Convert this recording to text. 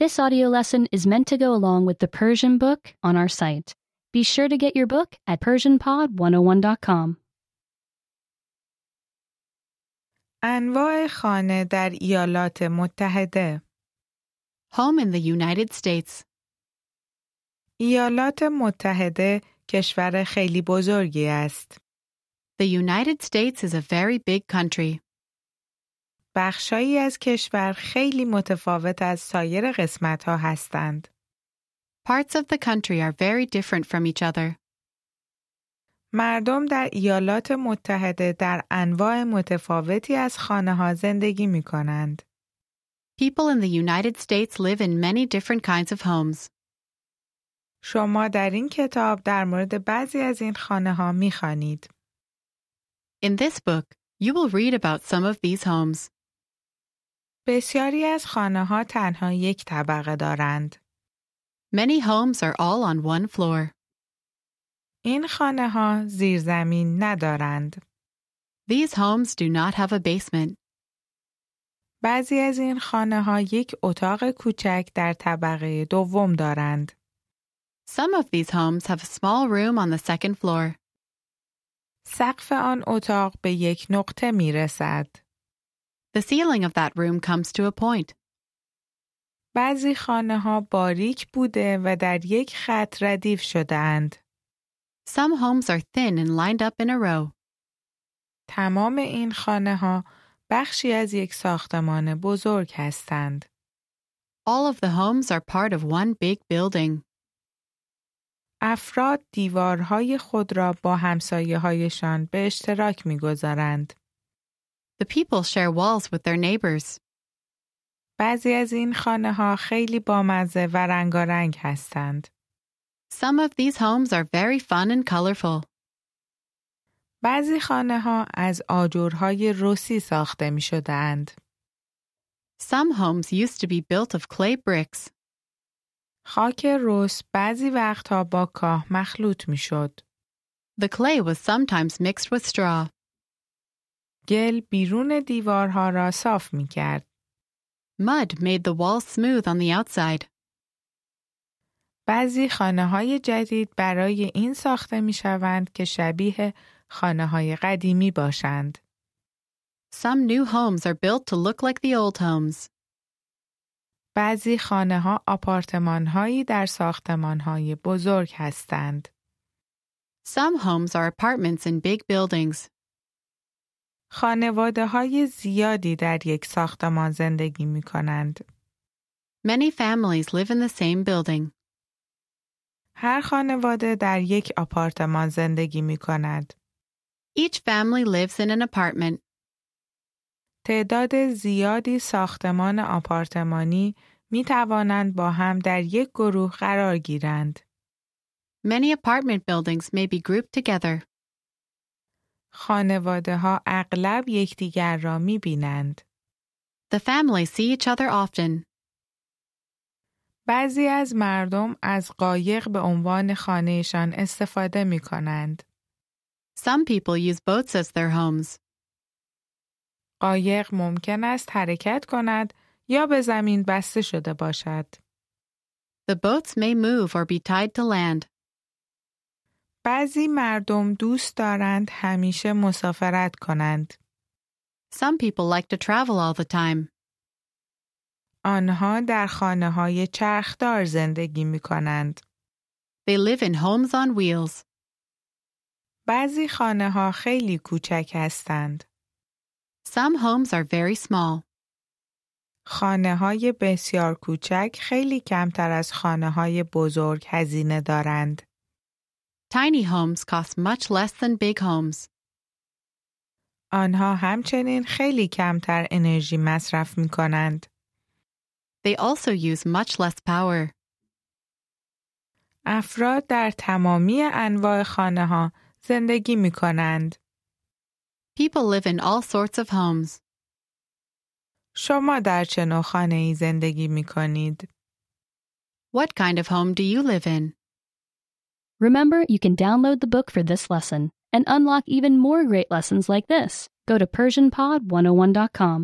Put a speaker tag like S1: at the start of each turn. S1: This audio lesson is meant to go along with the Persian book on our site. Be sure to get your book at PersianPod101.com.
S2: انواع خانه در ایالات متحده
S3: Home in the United States.
S2: ایالات متحده کشور خیلی بزرگی است.
S3: The United States is a very big country.
S2: بخشایی از کشور خیلی متفاوت از سایر قسمت ها هستند.
S3: Parts of the country are very different from each other.
S2: مردم در ایالات متحده در انواع متفاوتی از خانه ها زندگی می کنند.
S3: People in the United States live in many different kinds of homes.
S2: شما در این کتاب در مورد بعضی از این خانه ها می خانید.
S3: In this book, you will read about some of these homes.
S2: بسیاری از خانه ها تنها یک طبقه دارند.
S3: Many homes are all on one floor.
S2: این خانه ها زیرزمین ندارند.
S3: These homes do not have a basement.
S2: بعضی از این خانه ها یک اتاق کوچک در طبقه دوم دارند.
S3: Some of these homes have a small room on the second floor.
S2: سقف آن اتاق به یک نقطه می رسد.
S3: The ceiling of that room comes to a point.
S2: بعضی خانه ها باریک بوده و در یک خط ردیف شدهاند.
S3: Some homes are thin and lined up in a row.
S2: تمام این خانه ها بخشی از یک ساختمان بزرگ هستند.
S3: All of the homes are part of one big building.
S2: افراد دیوارهای خود را با همسایه هایشان به اشتراک می گذارند.
S3: The people share walls with their neighbors.
S2: بعضی از این خانه ها خیلی بامزه و رنگارنگ هستند.
S3: Some of these homes are very fun and colorful.
S2: بعضی خانه ها از آجرهای روسی ساخته می شدند.
S3: Some homes used to be built of clay bricks.
S2: خاک روس بعضی وقتها با کاه مخلوط می شد.
S3: The clay was sometimes mixed with straw.
S2: گل بیرون دیوارها را صاف می کرد.
S3: Mud made the walls smooth on the outside.
S2: بعضی خانه های جدید برای این ساخته می شوند که شبیه خانه های قدیمی باشند.
S3: Some new homes are built to look like the old homes.
S2: بعضی خانه ها آپارتمان هایی در ساختمان های بزرگ هستند.
S3: Some homes are apartments in big buildings.
S2: خانواده های زیادی در یک ساختمان زندگی می کنند.
S3: Many families live in the same building.
S2: هر خانواده در یک آپارتمان زندگی می کند.
S3: Each family lives in an apartment.
S2: تعداد زیادی ساختمان آپارتمانی می توانند با هم در یک گروه قرار گیرند.
S3: Many apartment buildings may be grouped together.
S2: خانواده ها اغلب یکدیگر را می بینند.
S3: The families see each other often.
S2: بعضی از مردم از قایق به عنوان خانهشان استفاده می کنند.
S3: Some people use boats as their homes.
S2: قایق ممکن است حرکت کند یا به زمین بسته شده باشد.
S3: The boats may move or be tied to land.
S2: بعضی مردم دوست دارند همیشه مسافرت کنند.
S3: Some people like to travel all the time.
S2: آنها در خانه های چرخدار زندگی می کنند.
S3: They live in homes on wheels.
S2: بعضی خانه ها خیلی کوچک هستند.
S3: Some homes are very small.
S2: خانه های بسیار کوچک خیلی کمتر از خانه های بزرگ هزینه دارند.
S3: Tiny homes cost much less than big homes.
S2: آنها همچنین خیلی کمتر انرژی مصرف می کنند.
S3: They also use much less power.
S2: افراد در تمامی انواع خانه ها زندگی می کنند.
S3: People live in all sorts of homes.
S2: شما در چه نوع خانه ای زندگی می کنید؟
S3: What kind of home do you live in?
S1: Remember, you can download the book for this oh lesson and unlock even more great lessons like this. Go to PersianPod101.com.